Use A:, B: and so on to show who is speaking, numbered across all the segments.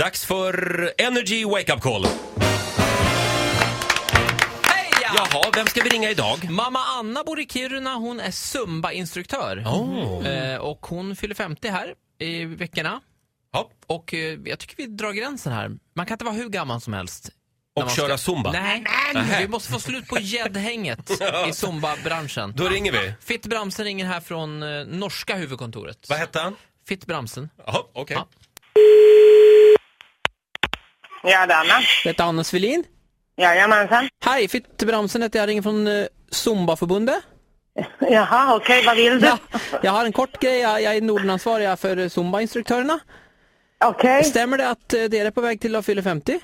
A: Dags för Energy Wake Up Call.
B: Heja!
A: Jaha, vem ska vi ringa idag?
B: Mamma Anna bor i Kiruna, hon är Zumba-instruktör.
A: Oh.
B: Eh, och hon fyller 50 här i veckorna.
A: Ja.
B: Och eh, jag tycker vi drar gränsen här. Man kan inte vara hur gammal som helst. när
A: Och
B: man
A: köra zumba.
B: Nej, vi måste få slut på gäddhänget i zumba-branschen.
A: Då ringer vi.
B: Fitt Bramsen ringer här från eh, norska huvudkontoret.
A: Vad hette han?
B: Fitt Bramsen.
A: Jaha, okej.
B: Ja.
C: Ja, det är Anna.
B: Det är Anna Svelin.
C: Jajamensan.
B: Hej, Fitt Bramsen heter jag, ringer från eh, Zumba-förbundet.
C: Jaha, okej, vad vill du?
B: Ja, jag har en kort grej, jag, jag är Nordenansvarig här för eh, Zumba-instruktörerna.
C: Okej,
B: Stämmer det att eh, dere är på väg till att fylla 50?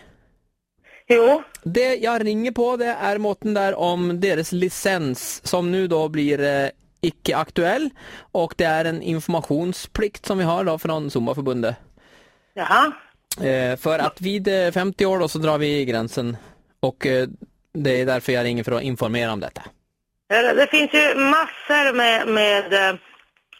C: jo.
B: Det jag ringer på det är måten där om deras licens som nu då blir eh, icke aktuell och det är en informationsplikt som vi har då från Zumbaförbundet.
C: Jaha.
B: Eh, för att vid eh, 50 år då så drar vi gränsen och eh, det är därför jag ringer för att informera om detta.
C: Eh, Det det finns ju massor med, med eh,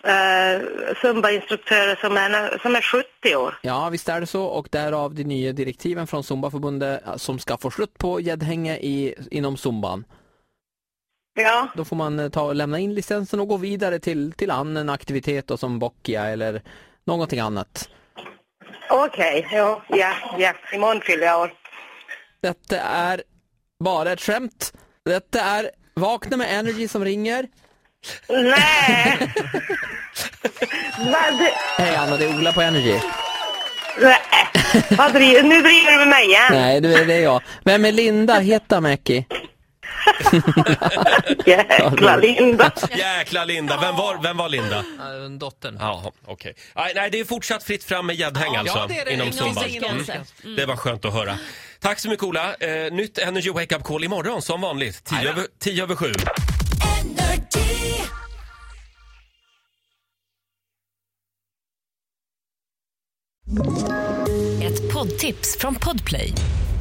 C: eh, Zumba-instruktörer som är, som är 70 år.
B: Ja, visst är det så och därav de nya direktiven från Zumbaförbundet eh, som ska få slut på gäddhänge i, inom zumban.
C: Ja,
B: Då får man eh, ta och lämna in licensen och gå vidare till, till annan aktivitet då, som bockia eller någonting annat.
C: okej. Jo, ja, ja. Imorgon fyller jag år.
B: Detta är bara ett skämt. Detta är Vakna med Energy som ringer.
C: Nej! vad, du-
B: Hej Anna, det är Ola på Energy.
C: nej. Vad driver, nu driver du med mig igen.
B: Nej, det är det är jag. Vem är Linda Hietamäki?
C: Jäkla Linda.
A: Jäkla Linda, vem var, vem var Linda?
B: Dottern.
A: Jaha, okej. Nej, nej, det är fortsatt fritt fram med gäddhäng alltså,
B: det är det.
A: inom
B: Ingen
A: zumba.
B: åsikt, ingen åsikt.
A: Det var skönt att höra. Tack så mycket Ola. Eh, nytt Energy Wake Up Call imorgon som vanligt, 10 över, 10 över 7.
D: Energy.
E: Mm. Ett poddtips från Podplay.